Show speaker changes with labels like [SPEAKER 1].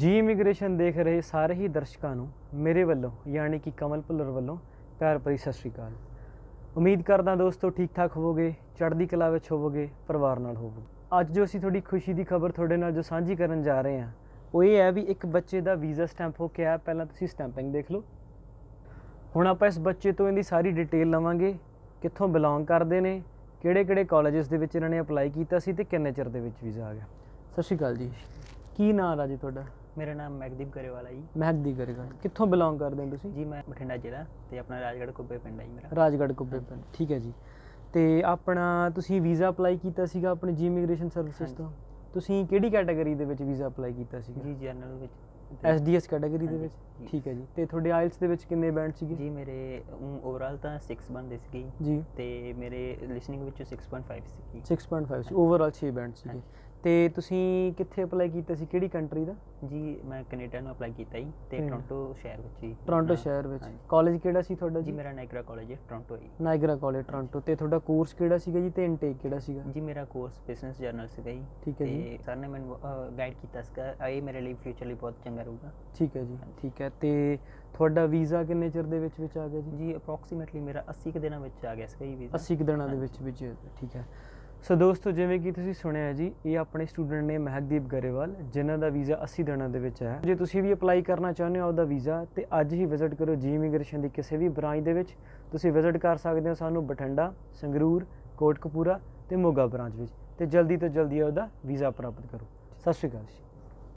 [SPEAKER 1] ਜੀ ਇਮੀਗ੍ਰੇਸ਼ਨ ਦੇਖ ਰਹੇ ਸਾਰੇ ਹੀ ਦਰਸ਼ਕਾਂ ਨੂੰ ਮੇਰੇ ਵੱਲੋਂ ਯਾਨੀ ਕਿ ਕਮਲ ਭੁੱਲਰ ਵੱਲੋਂ ਪਿਆਰ ਭਰੀ ਸਤਿ ਸ਼੍ਰੀ ਅਕਾਲ ਉਮੀਦ ਕਰਦਾ ਦੋਸਤੋ ਠੀਕ ਠਾਕ ਹੋਵੋਗੇ ਚੜ੍ਹਦੀ ਕਲਾ ਵਿੱਚ ਹੋਵੋਗੇ ਪਰਿਵਾਰ ਨਾਲ ਹੋਵੋਗੇ ਅੱਜ ਜੋ ਅਸੀਂ ਤੁਹਾਡੀ ਖੁਸ਼ੀ ਦੀ ਖਬਰ ਤੁਹਾਡੇ ਨਾਲ ਜੋ ਸਾਂਝੀ ਕਰਨ ਜਾ ਰਹੇ ਹਾਂ ਉਹ ਇਹ ਹੈ ਵੀ ਇੱਕ ਬੱਚੇ ਦਾ ਵੀਜ਼ਾ ਸਟੈਂਪ ਹੋ ਕੇ ਆਇਆ ਪਹਿਲਾਂ ਤੁਸੀਂ ਸਟੈਂਪਿੰਗ ਦੇਖ ਲਓ ਹੁਣ ਆਪਾਂ ਇਸ ਬੱਚੇ ਤੋਂ ਇਹਦੀ ਸਾਰੀ ਡਿਟੇਲ ਲਵਾਂਗੇ ਕਿੱਥੋਂ ਬਿਲੋਂਗ ਕਰਦੇ ਨੇ ਕਿਹੜੇ ਕਿਹੜੇ ਕਾਲਜਸ ਦੇ ਵਿੱਚ ਇਹਨਾਂ ਨੇ ਅਪਲਾਈ ਕੀਤਾ ਸੀ ਤੇ ਕਿੰਨੇ ਚਿਰ ਦੇ ਵਿੱਚ ਵੀਜ਼ਾ ਆ ਗਿਆ ਸਤਿ ਸ਼੍ਰੀ ਅਕਾਲ ਜੀ ਕੀ ਨਾਮ ਰਾਜੀ ਤੁਹਾਡਾ
[SPEAKER 2] ਮੇਰਾ ਨਾਮ ਮੈਗਦੀਪ ਗਰੇਵਾਲਾ ਜੀ
[SPEAKER 1] ਮਹਿਕਦੀ ਗਰੇਗਾ ਕਿੱਥੋਂ ਬਿਲੋਂਗ ਕਰਦੇ ਹੋ ਤੁਸੀਂ
[SPEAKER 2] ਜੀ ਮੈਂ ਬਠਿੰਡਾ ਜ਼ਿਲ੍ਹਾ ਤੇ ਆਪਣਾ ਰਾਜਗੜ੍ਹ ਕੁੱਬੇ ਪਿੰਡ ਹੈ ਜੀ ਮੇਰਾ
[SPEAKER 1] ਰਾਜਗੜ੍ਹ ਕੁੱਬੇ ਪਿੰਡ ਠੀਕ ਹੈ ਜੀ ਤੇ ਆਪਣਾ ਤੁਸੀਂ ਵੀਜ਼ਾ ਅਪਲਾਈ ਕੀਤਾ ਸੀਗਾ ਆਪਣੇ ਜੀ ਇਮੀਗ੍ਰੇਸ਼ਨ ਸਰਵਿਸਿਜ਼
[SPEAKER 2] ਹਾਂਜੀ।
[SPEAKER 1] ਤੋਂ ਤੁਸੀਂ ਕਿਹੜੀ ਕੈਟਾਗਰੀ ਦੇ ਵਿੱਚ ਵੀਜ਼ਾ ਅਪਲਾਈ ਕੀਤਾ ਸੀਗਾ
[SPEAKER 2] ਜੀ ਜਰਨਲ ਵਿੱਚ ਤੇ-
[SPEAKER 1] ਐਸਡੀਐਸ ਕੈਟਾਗਰੀ ਦੇ
[SPEAKER 2] ਹਾਂਜੀ,
[SPEAKER 1] ਵਿੱਚ
[SPEAKER 2] ਜੀ।
[SPEAKER 1] ਠੀਕ ਹੈ ਜੀ ਤੇ ਤੁਹਾਡੇ ਆਇਲਸ ਦੇ ਵਿੱਚ ਕਿੰਨੇ ਬੈਂਡ ਸੀਗੇ
[SPEAKER 2] ਜੀ ਮੇਰੇ ਓਵਰਆਲ ਤਾਂ 6 ਬਣਦੇ ਸੀਗੇ
[SPEAKER 1] ਜੀ
[SPEAKER 2] ਤੇ ਮੇਰੇ ਲਿਸਨਿੰਗ ਵਿੱਚੋਂ 6.5 ਸੀਗੀ
[SPEAKER 1] 6.5 ਸੀ ਓਵਰਆਲ 6 ਬੈਂਡ ਸੀਗੇ ਤੇ ਤੁਸੀਂ ਕਿੱਥੇ ਅਪਲਾਈ ਕੀਤਾ ਸੀ ਕਿਹੜੀ ਕੰਟਰੀ ਦਾ
[SPEAKER 2] ਜੀ ਮੈਂ ਕੈਨੇਡਾ ਨੂੰ ਅਪਲਾਈ ਕੀਤਾ ਜੀ ਤੇ
[SPEAKER 1] ਠੀਕ।
[SPEAKER 2] ਟੋਰਾਂਟੋ ਸ਼ਹਿਰ ਵਿੱਚ ਜੀ
[SPEAKER 1] ਟੋਰਾਂਟੋ
[SPEAKER 2] ਆਪਣਾ-
[SPEAKER 1] ਸ਼ਹਿਰ ਵਿੱਚ
[SPEAKER 2] ਹਾਂਜੀ।
[SPEAKER 1] ਕਾਲਜ ਕਿਹੜਾ ਸੀ ਤੁਹਾਡਾ
[SPEAKER 2] ਜੀ
[SPEAKER 1] ਜੀ
[SPEAKER 2] ਮੇਰਾ ਨਾਇਗਰਾ ਕਾਲਜ ਹੈ ਟੋਰਾਂਟੋ ਜੀ
[SPEAKER 1] ਨਾਇਗਰਾ ਕਾਲਜ ਟੋਰਾਂਟੋ ਤੇ ਤੁਹਾਡਾ ਕੋਰਸ ਕਿਹੜਾ ਸੀਗਾ ਜੀ ਤੇ ਇਨਟੇਕ ਕਿਹੜਾ ਸੀਗਾ
[SPEAKER 2] ਜੀ ਮੇਰਾ ਕੋਰਸ ਬਿਜ਼ਨਸ ਜਰਨਲ ਸੀਗਾ ਜੀ
[SPEAKER 1] ਠੀਕ ਹੈ ਜੀ
[SPEAKER 2] ਤੇ ਸਰ ਨੇ ਮੈਨੂੰ ਗਾਈਡ ਕੀਤਾ ਸੀਗਾ ਇਹ ਮੇਰੇ ਲਈ ਫਿਊਚਰ ਲਈ ਬਹੁਤ ਚੰਗਾ ਰਹੂਗਾ
[SPEAKER 1] ਠੀਕ ਹੈ ਜੀ ਠੀਕ ਹੈ ਤੇ ਤੁਹਾਡਾ ਵੀਜ਼ਾ ਕਿੰਨੇ ਚਿਰ ਦੇ ਵਿੱਚ ਵਿੱਚ ਆ ਗਿਆ ਜੀ
[SPEAKER 2] ਜੀ ਅਪਰੋਕਸੀਮੇਟਲੀ ਮੇਰਾ 80 ਕੁ ਦਿਨਾਂ ਵਿੱਚ ਆ ਗਿਆ ਸੀਗਾ ਜੀ ਵੀਜ਼ਾ
[SPEAKER 1] 80 ਕੁ ਦਿਨਾਂ ਦੇ ਵਿੱਚ ਵਿੱਚ ਠੀਕ ਹੈ ਸੋ ਦੋਸਤੋ ਜਿਵੇਂ ਕਿ ਤੁਸੀਂ ਸੁਣਿਆ ਹੈ ਜੀ ਇਹ ਆਪਣੇ ਸਟੂਡੈਂਟ ਨੇ ਮਹਿਕਦੀਪ ਗਰੇਵਾਲ ਜਿਨ੍ਹਾਂ ਦਾ ਵੀਜ਼ਾ 80 ਦਿਨਾਂ ਦੇ ਵਿੱਚ ਹੈ ਜੇ ਤੁਸੀਂ ਵੀ ਅਪਲਾਈ ਕਰਨਾ ਚਾਹੁੰਦੇ ਹੋ ਉਹਦਾ ਵੀਜ਼ਾ ਤੇ ਅੱਜ ਹੀ ਵਿਜ਼ਿਟ ਕਰੋ ਜੀ ਇਮੀਗ੍ਰੇਸ਼ਨ ਦੀ ਕਿਸੇ ਵੀ ਬ੍ਰਾਂਚ ਦੇ ਵਿੱਚ ਤੁਸੀਂ ਵਿਜ਼ਿਟ ਕਰ ਸਕਦੇ ਹੋ ਸਾਨੂੰ ਬਠਿੰਡਾ ਸੰਗਰੂਰ ਕੋਟਕਪੂਰਾ ਤੇ ਮੋਗਾ ਬ੍ਰਾਂਚ ਵਿੱਚ ਤੇ ਜਲਦੀ ਤੋਂ ਜਲਦੀ ਉਹਦਾ ਵੀਜ਼ਾ ਪ੍ਰਾਪਤ ਕਰੋ ਸਤਿ ਸ਼੍ਰੀ ਅਕਾਲ ਜੀ